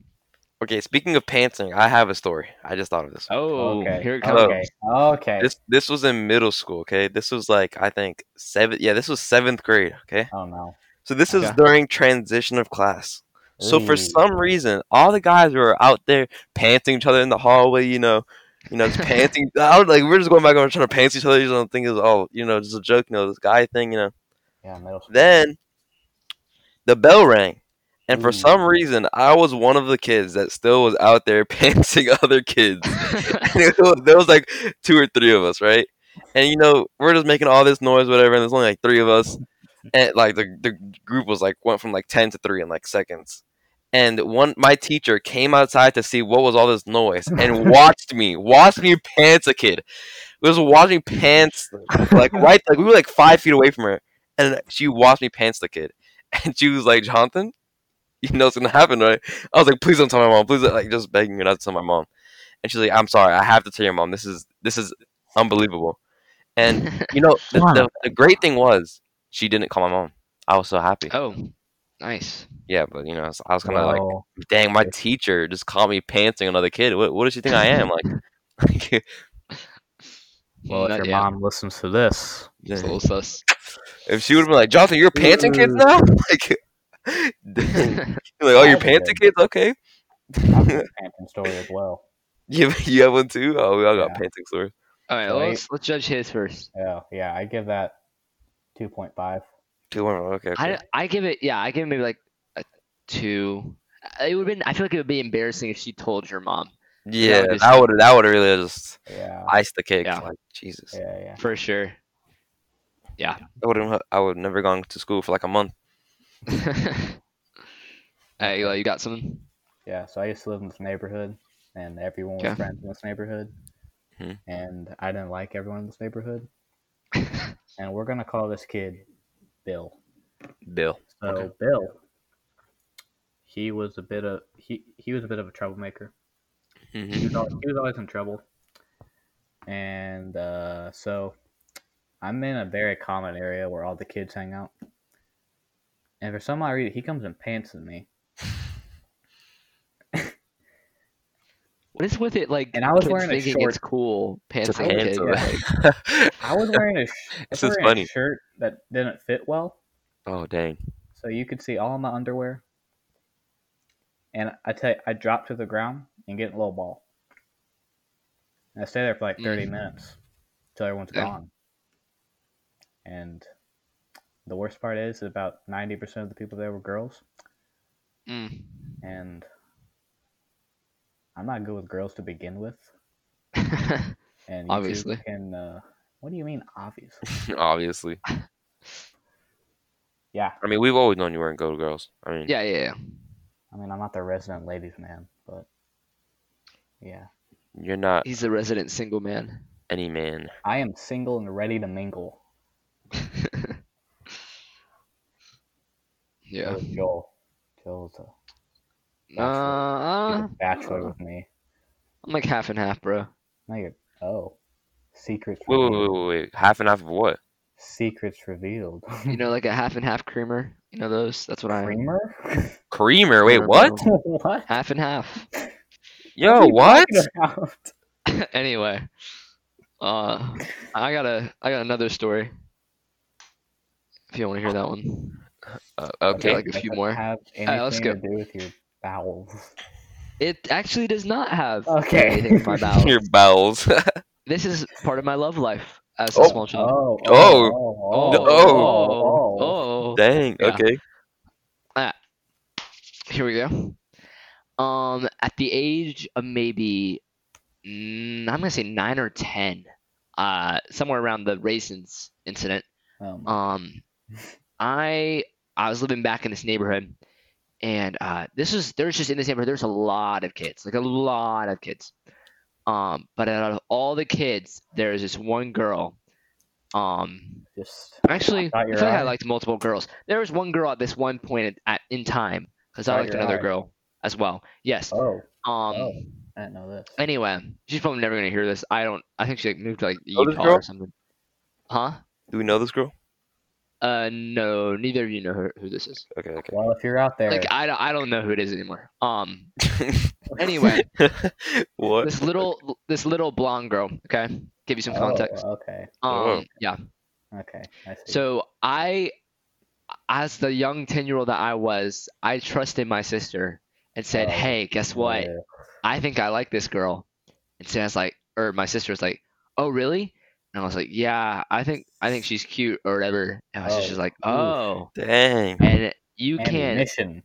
[SPEAKER 3] Okay, speaking of pantsing, I have a story. I just thought of this.
[SPEAKER 2] Oh,
[SPEAKER 1] Okay.
[SPEAKER 2] here it comes.
[SPEAKER 1] Okay. Okay.
[SPEAKER 3] This this was in middle school, okay? This was like I think seven yeah, this was seventh grade, okay?
[SPEAKER 1] oh no.
[SPEAKER 3] So this is
[SPEAKER 2] Okay.
[SPEAKER 3] during transition of class. So for
[SPEAKER 1] Ooh.
[SPEAKER 3] some reason, all the guys were out there panting each other in the hallway, you know, you know, just panting. I was like, we're just going back over trying to pants each other. You know, thinking, oh, you know, just a joke, you know, this guy thing, you know.
[SPEAKER 1] Yeah, middle school.
[SPEAKER 3] Then the bell rang. And for some
[SPEAKER 1] Ooh.
[SPEAKER 3] reason, I was one of the kids that still was out there pantsing other kids. And it was- there was like two or three of us, right? And you know, we're just making all this noise, whatever. And there's only like three of us. And like the, the group was like went from like ten to three in like seconds. And one, my teacher came outside to see what was all this noise and watched me, watched me pants a kid. We was watching pants like right, like we were like five feet away from her, and she watched me pants the kid, and she was like, Jonathan, you know what's gonna happen, right? I was like, please don't tell my mom, please, don't-" like just begging her not to tell my mom, and she's like, I'm sorry, I have to tell your mom. This is this is unbelievable, and you know the, the, the great thing was she didn't call my mom. I was so happy.
[SPEAKER 2] oh, nice.
[SPEAKER 3] Yeah, but you know, I was, I was kind of like,
[SPEAKER 1] Well,
[SPEAKER 3] dang, my teacher just caught me pantsing another kid. What, what does she think I am? Like,
[SPEAKER 1] Well, if
[SPEAKER 2] Not
[SPEAKER 1] your
[SPEAKER 2] yet.
[SPEAKER 1] mom listens to this,
[SPEAKER 2] It's a little sus.
[SPEAKER 3] If she would have been like, Jonathan, you're panting kids now? Like, like oh, you're panting kids? Okay.
[SPEAKER 1] I'll do a phantom story as well.
[SPEAKER 3] You, you have one too? Oh, we all got
[SPEAKER 1] Yeah.
[SPEAKER 3] panting sores.
[SPEAKER 2] All right,
[SPEAKER 1] So I-
[SPEAKER 2] let's, let's judge his first.
[SPEAKER 1] Yeah, yeah, I give that two point five.
[SPEAKER 3] Two one. Okay. okay.
[SPEAKER 2] I, I give it yeah I give it maybe like a two. It would have been I feel like it would be embarrassing if she told your mom
[SPEAKER 3] yeah,
[SPEAKER 2] would just-
[SPEAKER 3] that would that would really just
[SPEAKER 1] Yeah,
[SPEAKER 3] iced the cake.
[SPEAKER 2] Yeah.
[SPEAKER 3] Like Jesus,
[SPEAKER 1] yeah, yeah.
[SPEAKER 2] for sure.
[SPEAKER 3] I wouldn't. I would never gone to school for like a month.
[SPEAKER 2] hey, Eli, you got something?
[SPEAKER 1] Yeah, so I used to live in this neighborhood, and everyone was
[SPEAKER 2] Okay.
[SPEAKER 1] friends in this neighborhood,
[SPEAKER 3] Mhm.
[SPEAKER 1] and I didn't like everyone in this neighborhood. and we're gonna call this kid Bill.
[SPEAKER 3] Bill.
[SPEAKER 1] So
[SPEAKER 3] Okay.
[SPEAKER 1] Bill, he was a bit of he, he was a bit of a troublemaker. He was always, he was always in trouble, and uh, so I'm in a very common area where all the kids hang out. And for some odd reason, he comes and pants at me,
[SPEAKER 2] What is with it like?
[SPEAKER 1] and I was
[SPEAKER 2] kids
[SPEAKER 1] wearing a
[SPEAKER 2] thinking
[SPEAKER 1] short
[SPEAKER 2] it's cool pants
[SPEAKER 3] To
[SPEAKER 2] on
[SPEAKER 3] pants
[SPEAKER 2] kids.
[SPEAKER 3] on.
[SPEAKER 2] Like,
[SPEAKER 3] Mm-hmm.
[SPEAKER 1] I was wearing a, sh- I was
[SPEAKER 3] This is
[SPEAKER 1] wearing a
[SPEAKER 3] funny.
[SPEAKER 1] shirt that didn't fit well,
[SPEAKER 3] oh dang.
[SPEAKER 1] so you could see all my underwear. And I tell you, I dropped to the ground and get a little ball. And I stay there for like 30
[SPEAKER 2] Mm.
[SPEAKER 1] minutes till everyone's
[SPEAKER 2] Yeah.
[SPEAKER 1] gone. And the worst part is about 90% of the people there were girls.
[SPEAKER 2] mm.
[SPEAKER 1] And I'm not good with girls to begin with. And you two
[SPEAKER 2] Obviously.
[SPEAKER 1] can, uh, what do you mean, obviously?
[SPEAKER 3] Obviously.
[SPEAKER 1] yeah.
[SPEAKER 3] I mean, we've always known you weren't go girls. I mean,
[SPEAKER 2] yeah, yeah, yeah.
[SPEAKER 1] I mean, I'm not the resident ladies man, but yeah,
[SPEAKER 3] you're not
[SPEAKER 2] He's the resident single man.
[SPEAKER 3] any man.
[SPEAKER 1] I am single and ready to mingle.
[SPEAKER 2] yeah.
[SPEAKER 1] With Joel, Joel's a
[SPEAKER 2] Uh,
[SPEAKER 1] he's a
[SPEAKER 2] uh,
[SPEAKER 1] bachelor
[SPEAKER 2] uh,
[SPEAKER 1] with me.
[SPEAKER 2] I'm like half and half, bro.
[SPEAKER 1] No, you're oh, secrets
[SPEAKER 3] Wait, wait,
[SPEAKER 1] revealed.
[SPEAKER 3] wait, wait, wait. Half and half of what?
[SPEAKER 1] Secrets revealed.
[SPEAKER 2] You know, like a half and half creamer. You know those? That's what I am.
[SPEAKER 1] Creamer?
[SPEAKER 3] Creamer. Wait,
[SPEAKER 2] Creamer,
[SPEAKER 3] what?
[SPEAKER 2] bro.
[SPEAKER 1] what?
[SPEAKER 2] Half and half.
[SPEAKER 3] Yo, what?
[SPEAKER 1] Talking about?
[SPEAKER 2] anyway, uh, I got a I got another story. If you want to hear that one,
[SPEAKER 3] Uh,
[SPEAKER 2] Okay,
[SPEAKER 3] okay.
[SPEAKER 2] like a
[SPEAKER 1] Does
[SPEAKER 2] few
[SPEAKER 1] it
[SPEAKER 2] more.
[SPEAKER 1] Have anything
[SPEAKER 2] right, let's
[SPEAKER 1] to do with your bowels?
[SPEAKER 2] it actually does not have
[SPEAKER 1] Okay.
[SPEAKER 2] anything with my bowels.
[SPEAKER 3] Your bowels.
[SPEAKER 2] This is part of my love life as
[SPEAKER 3] Oh.
[SPEAKER 2] a small child.
[SPEAKER 1] Oh, oh,
[SPEAKER 3] Oh.
[SPEAKER 1] oh,
[SPEAKER 2] Oh,
[SPEAKER 3] No.
[SPEAKER 2] oh, oh.
[SPEAKER 3] Dang.
[SPEAKER 2] Yeah.
[SPEAKER 3] Okay.
[SPEAKER 2] Here we go. Um, at the age of maybe, mm, I'm gonna say nine or ten, uh, somewhere around the raisins incident.
[SPEAKER 1] Um,
[SPEAKER 2] Um, I I was living back in this neighborhood, and uh, this is there's just in this neighborhood there's a lot of kids, like a lot of kids. Um, but out of all the kids, there is this one girl. Um,
[SPEAKER 1] just
[SPEAKER 2] Actually, I
[SPEAKER 1] Caught your
[SPEAKER 2] feel like I
[SPEAKER 1] eye?
[SPEAKER 2] liked multiple girls. There was one girl at this one point at, at in time because
[SPEAKER 1] Caught
[SPEAKER 2] I liked
[SPEAKER 1] your
[SPEAKER 2] another
[SPEAKER 1] eye.
[SPEAKER 2] girl as well. Yes.
[SPEAKER 1] oh,
[SPEAKER 2] Um.
[SPEAKER 1] oh, I didn't know this.
[SPEAKER 2] Anyway, she's probably never gonna hear this. I don't. I think she like moved to like
[SPEAKER 3] Oh, this
[SPEAKER 2] Utah
[SPEAKER 3] girl?
[SPEAKER 2] or something. Huh?
[SPEAKER 3] Do we know this girl?
[SPEAKER 2] Uh, no. Neither of you know her, who this is.
[SPEAKER 3] Okay. Okay.
[SPEAKER 1] Well, if you're out there,
[SPEAKER 2] Like, I don't. I don't know who it is anymore. Um. Anyway,
[SPEAKER 3] what?
[SPEAKER 2] this little this little blonde girl. Okay. Give you some
[SPEAKER 1] Oh,
[SPEAKER 2] context.
[SPEAKER 1] okay,
[SPEAKER 3] Oh.
[SPEAKER 2] Um. Yeah.
[SPEAKER 1] okay, I see.
[SPEAKER 2] So I, as the young ten year old that I was, I trusted my sister and said,
[SPEAKER 1] Oh,
[SPEAKER 2] "Hey, guess what?
[SPEAKER 1] Yeah.
[SPEAKER 2] I think I like this girl." And Santa's like, or my sister was like, "Oh, really?" And I was like, "Yeah, I think I think she's cute or whatever." And my
[SPEAKER 1] Oh,
[SPEAKER 2] sister's like,
[SPEAKER 1] oof.
[SPEAKER 2] "Oh,"
[SPEAKER 3] Dang.
[SPEAKER 2] and you can
[SPEAKER 1] ammunition.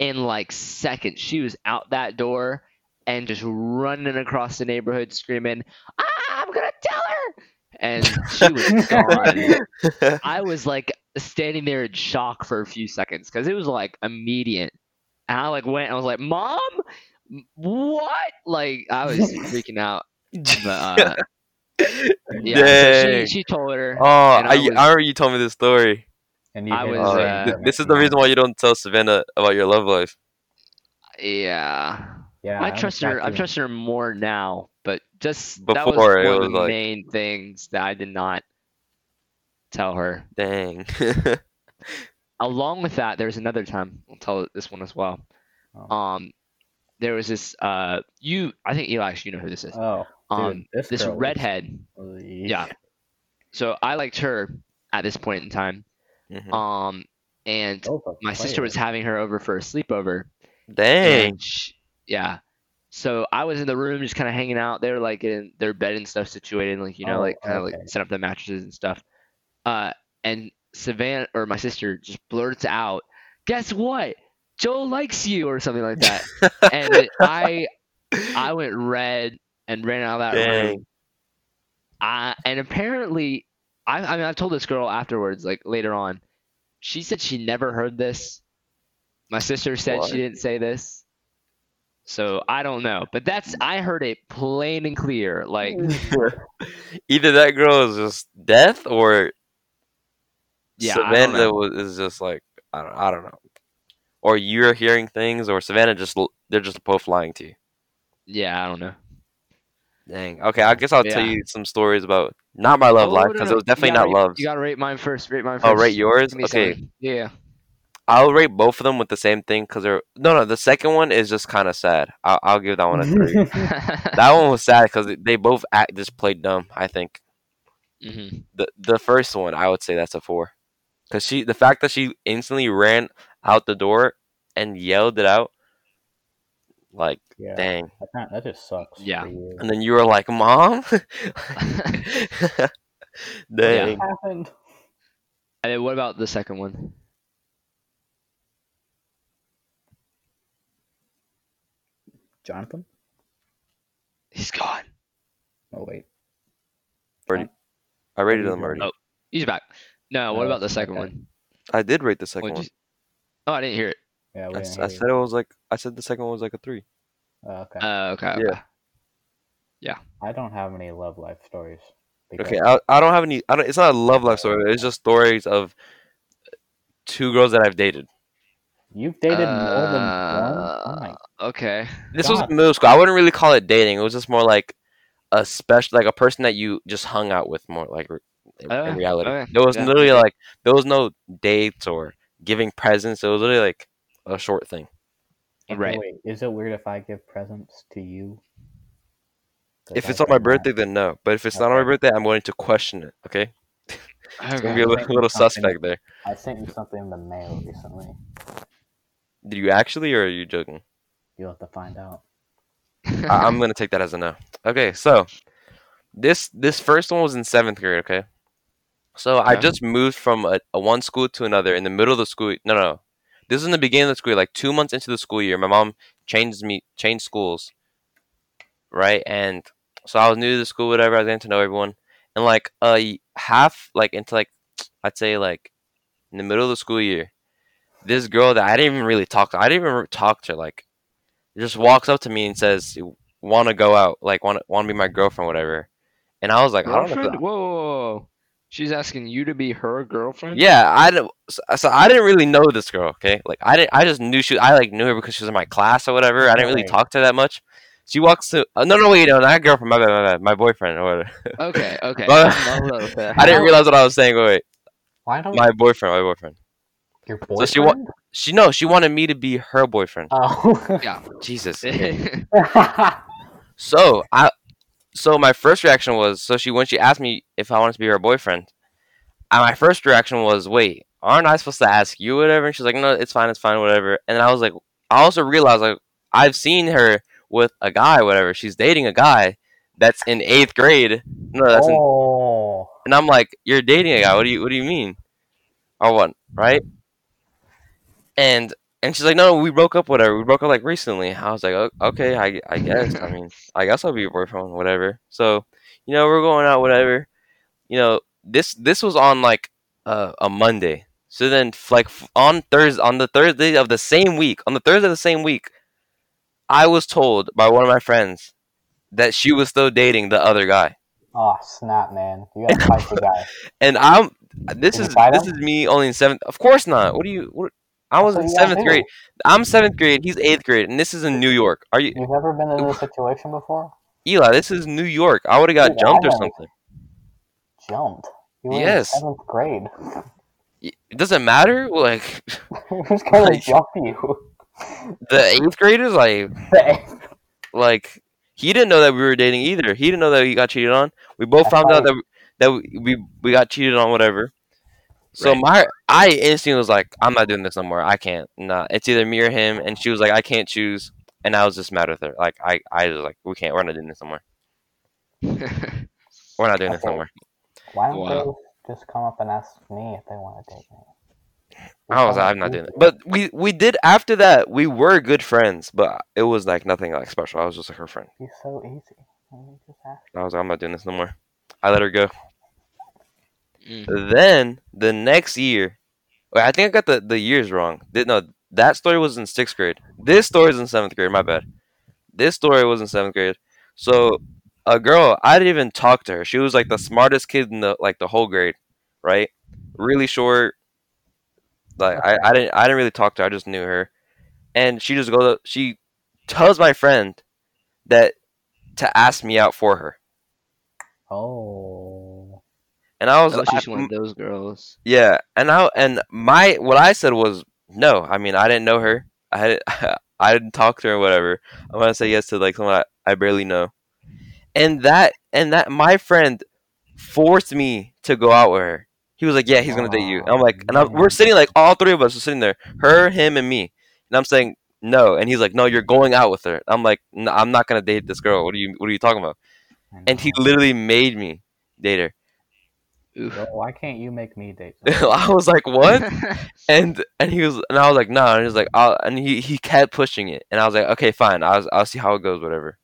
[SPEAKER 2] in like seconds she was out that door and just running across the neighborhood screaming, ah, "I'm gonna tell her!" And she was gone. I was like standing there in shock for a few seconds because it was like immediate. And I like went and I was like, Mom, what? Like I was freaking out. But, uh, yeah, so
[SPEAKER 3] Dang.
[SPEAKER 2] she, she told her.
[SPEAKER 3] oh, I,
[SPEAKER 2] I
[SPEAKER 3] I
[SPEAKER 2] was-
[SPEAKER 3] remember you told me this story.
[SPEAKER 1] And you
[SPEAKER 2] I
[SPEAKER 1] hit
[SPEAKER 2] was,
[SPEAKER 1] all
[SPEAKER 3] Oh,
[SPEAKER 1] the
[SPEAKER 2] uh,
[SPEAKER 3] th-
[SPEAKER 1] ammunition.
[SPEAKER 3] this is the reason why you don't tell Savannah about your love life.
[SPEAKER 2] Yeah.
[SPEAKER 1] Yeah,
[SPEAKER 2] I
[SPEAKER 1] I'm
[SPEAKER 2] trust her. I
[SPEAKER 1] attracted-
[SPEAKER 2] trust her more now, but just that was
[SPEAKER 3] Before,
[SPEAKER 2] one
[SPEAKER 3] it
[SPEAKER 2] of
[SPEAKER 3] was
[SPEAKER 2] the
[SPEAKER 3] like-
[SPEAKER 2] main things that I did not tell her.
[SPEAKER 3] Dang.
[SPEAKER 2] Uh, along with that, there was another time. I'll tell this one as well.
[SPEAKER 1] Oh.
[SPEAKER 2] Um, there was this. Uh, you, I think Eli, actually, you know who this is.
[SPEAKER 1] Oh,
[SPEAKER 2] Um,
[SPEAKER 1] this
[SPEAKER 2] this
[SPEAKER 1] girl was-
[SPEAKER 2] redhead. Yeah. So I liked her at this point in time.
[SPEAKER 3] Mhm.
[SPEAKER 2] Um, and
[SPEAKER 1] Both a
[SPEAKER 2] my sister
[SPEAKER 1] player.
[SPEAKER 2] was having her over for a sleepover.
[SPEAKER 3] Dang.
[SPEAKER 2] And sh yeah. So I was in the room just kind of hanging out. They were like in their bed and stuff situated, like, you know,
[SPEAKER 1] Oh,
[SPEAKER 2] like kind of
[SPEAKER 1] okay.
[SPEAKER 2] like set up the mattresses and stuff. Uh, and Savannah or my sister just blurts out, guess what? Joe likes you or something like that. and I I went red and ran out of that room.
[SPEAKER 3] Dang.
[SPEAKER 2] I, and apparently, I, I mean, I told this girl afterwards, like later on, she said she never heard this. My sister said
[SPEAKER 3] What?
[SPEAKER 2] she didn't say this. So I don't know, but that's I heard it plain and clear. Like
[SPEAKER 1] Mm.
[SPEAKER 3] Either that girl is just death or
[SPEAKER 2] yeah, I don't
[SPEAKER 3] Savannah
[SPEAKER 2] know.
[SPEAKER 3] was, is just like I don't, I don't know. Or you're hearing things or Savannah just l- they're just both lying to you.
[SPEAKER 2] yeah, I don't know.
[SPEAKER 3] Dang. Okay, I guess I'll tell
[SPEAKER 2] Yeah.
[SPEAKER 3] you some stories about not my love
[SPEAKER 2] Oh,
[SPEAKER 3] life
[SPEAKER 2] no, no,
[SPEAKER 3] because
[SPEAKER 2] no,
[SPEAKER 3] it was definitely
[SPEAKER 2] you gotta
[SPEAKER 3] not
[SPEAKER 2] rate-
[SPEAKER 3] love.
[SPEAKER 2] You gotta rate mine first. Rate mine first.
[SPEAKER 3] Oh, rate yours.
[SPEAKER 2] Give me
[SPEAKER 3] Okay,
[SPEAKER 2] something. Yeah.
[SPEAKER 3] I'll rate both of them with the same thing because they're no, no. The second one is just kind of sad. I'll, I'll give that one a three. that one was sad because they both act just played dumb. I think
[SPEAKER 2] hmm
[SPEAKER 3] the the first one I would say that's a four because she the fact that she instantly ran out the door and yelled it out like
[SPEAKER 1] yeah.
[SPEAKER 3] dang,
[SPEAKER 1] That, kind- that just sucks.
[SPEAKER 2] Yeah.
[SPEAKER 1] for you.
[SPEAKER 3] and then you were like, mom,
[SPEAKER 2] and
[SPEAKER 3] dang.
[SPEAKER 1] What happened?
[SPEAKER 2] then what about the second one?
[SPEAKER 1] Jonathan?
[SPEAKER 2] He's gone.
[SPEAKER 1] Oh, wait.
[SPEAKER 3] I rated them already.
[SPEAKER 2] Oh. He's back. No, what
[SPEAKER 1] No,
[SPEAKER 2] about the second
[SPEAKER 1] okay.
[SPEAKER 2] one?
[SPEAKER 3] I did rate the second
[SPEAKER 2] What'd
[SPEAKER 3] one.
[SPEAKER 2] you- Oh, I didn't hear it.
[SPEAKER 1] Oh, Yeah, we
[SPEAKER 3] I,
[SPEAKER 1] didn't
[SPEAKER 3] s-
[SPEAKER 1] hear
[SPEAKER 3] I said it was like I said the second one was like a three.
[SPEAKER 1] you. Oh, okay.
[SPEAKER 2] Oh, okay.
[SPEAKER 3] Yeah.
[SPEAKER 2] okay.
[SPEAKER 1] I don't have any love life stories. because-
[SPEAKER 3] Okay, I, I don't have any. I don't. It's not a love life story. It's just stories of two girls that I've dated.
[SPEAKER 1] You've dated more than one? Oh
[SPEAKER 2] Uh,
[SPEAKER 1] my
[SPEAKER 2] Okay.
[SPEAKER 3] This was
[SPEAKER 1] God.
[SPEAKER 3] in middle school. I wouldn't really call it dating. It was just more like a special, like a person that you just hung out with more, like re- in
[SPEAKER 1] Oh,
[SPEAKER 2] Uh,
[SPEAKER 3] reality.
[SPEAKER 2] okay,
[SPEAKER 3] There was
[SPEAKER 2] yeah.
[SPEAKER 3] literally like there was no dates or giving presents. It was literally like a short thing.
[SPEAKER 1] Okay,
[SPEAKER 2] Right.
[SPEAKER 1] Wait, is it weird if I give presents to you? 'Cause
[SPEAKER 3] If
[SPEAKER 1] I
[SPEAKER 3] it's on my
[SPEAKER 1] said not.
[SPEAKER 3] birthday, then no. But if it's not on my
[SPEAKER 1] Okay.
[SPEAKER 3] birthday, I'm going to question it. Okay, it's gonna
[SPEAKER 2] Okay.
[SPEAKER 3] be a li-
[SPEAKER 1] Thank you,
[SPEAKER 3] little
[SPEAKER 1] something.
[SPEAKER 3] suspect there.
[SPEAKER 1] I sent you something in the mail recently.
[SPEAKER 3] Did you actually, or are you joking?
[SPEAKER 1] You'll have to find out.
[SPEAKER 3] I- I'm gonna take that as a no. Okay, so this this first one was in seventh grade. Okay, so I
[SPEAKER 2] Okay.
[SPEAKER 3] just moved from a, a one school to another in the middle of the school. No, no, this is in the beginning of the school. year, Like two months into the school year, my mom changed me changed schools, right? And so I was new to the school, whatever. I was getting to know everyone, and like a y- half, like into like I'd say like in the middle of the school year, this girl that I didn't even really talk to, I didn't even talk to her, like just walks up to me and says, "Want to go out? Like want want to be my girlfriend, whatever." And I was like, "I don't know."
[SPEAKER 2] girlfriend?
[SPEAKER 3] If
[SPEAKER 2] Whoa, whoa, whoa, whoa. She's asking you to be her
[SPEAKER 3] that-
[SPEAKER 2] girlfriend?
[SPEAKER 3] yeah, I don't- so, so I didn't really know this girl. Okay, like I didn't. I just knew she. I like knew her because she was in my class or whatever. I didn't really
[SPEAKER 1] Right.
[SPEAKER 3] talk to her that much. She walks to. Uh, no, no, wait, no, not girlfriend. My bad, my bad. My boyfriend or whatever.
[SPEAKER 2] Okay. Okay.
[SPEAKER 3] Well,
[SPEAKER 2] Hold on, hold on.
[SPEAKER 3] I didn't realize what I was saying. Wait, wait.
[SPEAKER 1] Why don't
[SPEAKER 3] My boyfriend. My boyfriend.
[SPEAKER 1] your
[SPEAKER 3] So
[SPEAKER 1] boyfriend?
[SPEAKER 3] she wa- She no. She wanted me to be her boyfriend.
[SPEAKER 1] oh.
[SPEAKER 2] Yeah.
[SPEAKER 3] Jesus.
[SPEAKER 2] okay.
[SPEAKER 3] So I, so my first reaction was so she when she asked me if I wanted to be her boyfriend, and my first reaction was wait, aren't I supposed to ask you whatever? And she's like, no, it's fine, it's fine, whatever. And I was like, I also realized like I've seen her with a guy, whatever. She's dating a guy that's in eighth grade. No, that's in,
[SPEAKER 1] oh.
[SPEAKER 3] and I'm like, you're dating a guy. What do you what do you mean? Or what, right? And and she's like, no, we broke up, whatever. We broke up like recently. I was like, "O- okay, I, I guess. I mean, I guess I'll be your boyfriend, whatever. So, you know, we're going out, whatever. You know, this this was on like uh, a Monday. So then, f- like f- on Thursday, on the Thursday of the same week, on the Thursday of the same week, I was told by one of my friends that she was still dating the other guy.
[SPEAKER 1] Oh, snap, man. You gotta fight the guy.
[SPEAKER 3] And I'm this
[SPEAKER 1] Did you
[SPEAKER 3] is
[SPEAKER 1] fight
[SPEAKER 3] this
[SPEAKER 1] him?
[SPEAKER 3] is me only in seventh. Of course not. What do you? What, I was
[SPEAKER 1] That's
[SPEAKER 3] in
[SPEAKER 1] what you gotta
[SPEAKER 3] seventh
[SPEAKER 1] do.
[SPEAKER 3] grade. I'm seventh grade. He's eighth grade, and this is in New York. Are you
[SPEAKER 1] You've never been in this situation before?
[SPEAKER 3] Eli? This is New York. I would have got
[SPEAKER 1] Dude, I
[SPEAKER 3] jumped or
[SPEAKER 1] know.
[SPEAKER 3] something.
[SPEAKER 1] Jumped. You were
[SPEAKER 3] Yes.
[SPEAKER 1] in seventh grade.
[SPEAKER 3] Y- It doesn't matter. Like
[SPEAKER 1] Who's gonna
[SPEAKER 3] Like-
[SPEAKER 1] jump you?
[SPEAKER 3] the eighth graders, like like He didn't know that we were dating either. He didn't know that he got cheated on. We both
[SPEAKER 1] I
[SPEAKER 3] found
[SPEAKER 1] thought-
[SPEAKER 3] out that we- that we, we we got cheated on whatever. So
[SPEAKER 2] Right.
[SPEAKER 3] my I instinct was like, I'm not doing this no more. I can't. Nah, it's either me or him. And she was like, I can't choose. And I was just mad with her. Like I I was like, we can't. We're not doing this no more.
[SPEAKER 2] Mm.
[SPEAKER 3] We're not doing this no
[SPEAKER 1] Okay.
[SPEAKER 3] more.
[SPEAKER 1] Why don't
[SPEAKER 2] Wow.
[SPEAKER 1] they just come up and ask me if they want to date me?
[SPEAKER 3] I was like, I'm not doing it. But we we did after that. We were good friends, but it was like nothing like special. I was just like her friend.
[SPEAKER 1] He's so easy. Let me just ask.
[SPEAKER 3] I was like, I'm not doing this no more. I let her go.
[SPEAKER 2] Mm.
[SPEAKER 3] Then the next year, wait, I think I got the, the years wrong. Th- no, that story was in sixth grade. This story is in seventh grade. My bad. This story was in seventh grade. So a girl, I didn't even talk to her. She was like the smartest kid in the like the whole grade, right? Really short. Like I, I didn't I didn't really talk to her. I just knew her, and she just goes. up- She tells my friend that to ask me out for her,
[SPEAKER 1] Oh.
[SPEAKER 3] and I was
[SPEAKER 2] Oh,
[SPEAKER 3] I-
[SPEAKER 2] she's one of those girls.
[SPEAKER 3] Yeah, and I and my what I said was no. I mean, I didn't know her. I had, I didn't talk to her, or whatever. I want to say yes to like someone I, I barely know, and that and that my friend forced me to go out with her. He was like, "Yeah, he's gonna date you." And I'm like, and I'm, we're sitting like all three of us are sitting there, her, him, and me, and I'm saying no, and he's like, "No, you're going out with her." I'm like, no, "I'm not gonna date this girl. What are you What are you talking about?"
[SPEAKER 1] I
[SPEAKER 3] And he
[SPEAKER 1] know.
[SPEAKER 3] literally made me date her.
[SPEAKER 2] Oof.
[SPEAKER 1] Yo, Why can't you make me date? someone?
[SPEAKER 3] I was like, "What?" and and he was and I was like no and he was like I'll, and he he kept pushing it and I was like okay fine I'll I'll see how it goes whatever.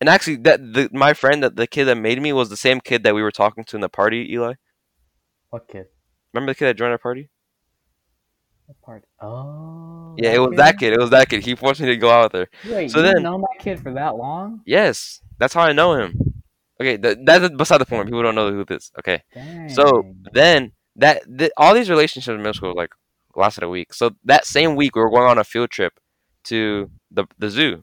[SPEAKER 3] And actually that the, my friend that the kid that made me was the same kid that we were talking to in the party Eli.
[SPEAKER 1] what kid?
[SPEAKER 3] Remember the kid that joined our party?
[SPEAKER 1] What part? Oh.
[SPEAKER 3] Yeah, it was that kid. It was that kid. He forced me to go out with her.
[SPEAKER 1] Wait,
[SPEAKER 3] So
[SPEAKER 1] you've
[SPEAKER 3] then-
[SPEAKER 1] known that kid for that long?
[SPEAKER 3] Yes, that's how I know him. Okay, that, that's beside the point. People don't know who this. Okay.
[SPEAKER 1] Dang.
[SPEAKER 3] So then that th- all these relationships in middle school like lasted a week. So that same week we were going on a field trip to the the zoo.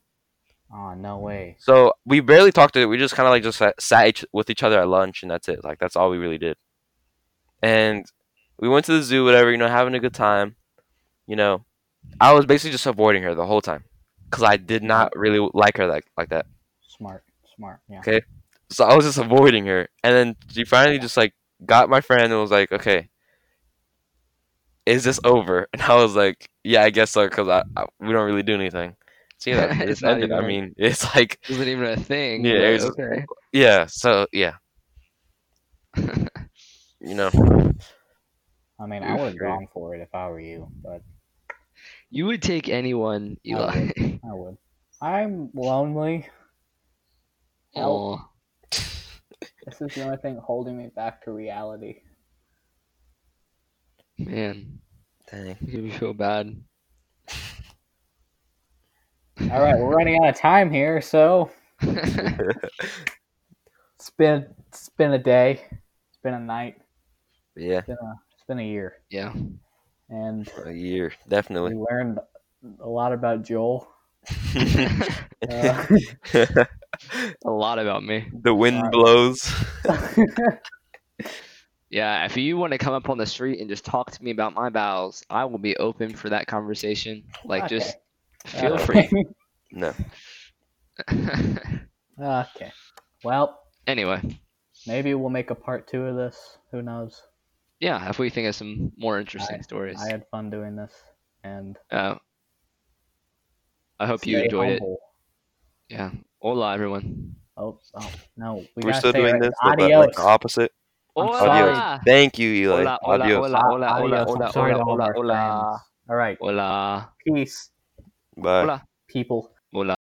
[SPEAKER 1] Oh no way.
[SPEAKER 3] So we barely talked to it. We just kind of like just sat, sat each, with each other at lunch, and that's it. Like that's all we really did. And we went to the zoo, whatever. You know, having a good time. You know, I was basically just avoiding her the whole time because I did not really like her like like that.
[SPEAKER 1] Smart. Smart. Yeah.
[SPEAKER 3] Okay. So I was just avoiding her, and then she finally just like got my friend and was like, "Okay, is this over?" And I was like, "Yeah, I guess so," because I, I we don't really do anything. See that
[SPEAKER 2] It's
[SPEAKER 3] it's
[SPEAKER 2] not
[SPEAKER 3] ended.
[SPEAKER 2] even
[SPEAKER 3] I
[SPEAKER 2] like-
[SPEAKER 3] mean, it's like
[SPEAKER 2] Isn't even a thing.
[SPEAKER 3] Yeah,
[SPEAKER 2] but
[SPEAKER 3] it was-
[SPEAKER 2] okay.
[SPEAKER 3] yeah. So yeah. you know.
[SPEAKER 1] I mean, I would have
[SPEAKER 2] Sure.
[SPEAKER 1] gone for it if I were you, but
[SPEAKER 2] You would take anyone, Eli.
[SPEAKER 1] I would. I'm lonely. Help.
[SPEAKER 2] Aw.
[SPEAKER 1] This is the only thing holding me back to reality.
[SPEAKER 2] man,
[SPEAKER 3] Dang.
[SPEAKER 2] you me feel bad.
[SPEAKER 1] All right, we're running out of time here, so it's been it's been a day, it's been a night,
[SPEAKER 3] Yeah,
[SPEAKER 1] it's been a it's been a year,
[SPEAKER 2] yeah.
[SPEAKER 1] and
[SPEAKER 3] a year
[SPEAKER 1] we
[SPEAKER 3] definitely.
[SPEAKER 1] learned a lot about Joel. Uh,
[SPEAKER 3] the
[SPEAKER 2] a lot about me.
[SPEAKER 3] wind
[SPEAKER 1] Alright.
[SPEAKER 3] blows.
[SPEAKER 2] Yeah, if you want to come up on the street and just talk to me about my bowels, I will be open for that conversation. Like, just feel free.
[SPEAKER 3] No,
[SPEAKER 1] okay. Well,
[SPEAKER 2] anyway,
[SPEAKER 1] maybe we'll make a part two of this. Who knows?
[SPEAKER 2] yeah, if we think of some more interesting stories,
[SPEAKER 1] I had fun doing this, and
[SPEAKER 2] uh, I hope you
[SPEAKER 1] stay
[SPEAKER 2] enjoyed it.
[SPEAKER 1] humble.
[SPEAKER 2] Yeah. Hola, everyone.
[SPEAKER 1] Oh, oh no, we
[SPEAKER 3] we are
[SPEAKER 1] gotta
[SPEAKER 3] still
[SPEAKER 1] say
[SPEAKER 3] doing
[SPEAKER 1] it.
[SPEAKER 3] this. but, like,
[SPEAKER 1] Adios.
[SPEAKER 3] the opposite.
[SPEAKER 1] I'm
[SPEAKER 3] Adios.
[SPEAKER 1] sorry.
[SPEAKER 3] Thank you, Eli.
[SPEAKER 2] Hola, hola,
[SPEAKER 3] Adios.
[SPEAKER 2] hola, hola,
[SPEAKER 1] Ah,
[SPEAKER 2] hola,
[SPEAKER 1] Adios.
[SPEAKER 2] hola,
[SPEAKER 1] I'm sorry
[SPEAKER 2] hola,
[SPEAKER 1] to all of our
[SPEAKER 2] hola, hola,
[SPEAKER 1] friends. All right,
[SPEAKER 2] hola,
[SPEAKER 1] peace,
[SPEAKER 3] Bye.
[SPEAKER 2] hola,
[SPEAKER 1] people.
[SPEAKER 2] hola.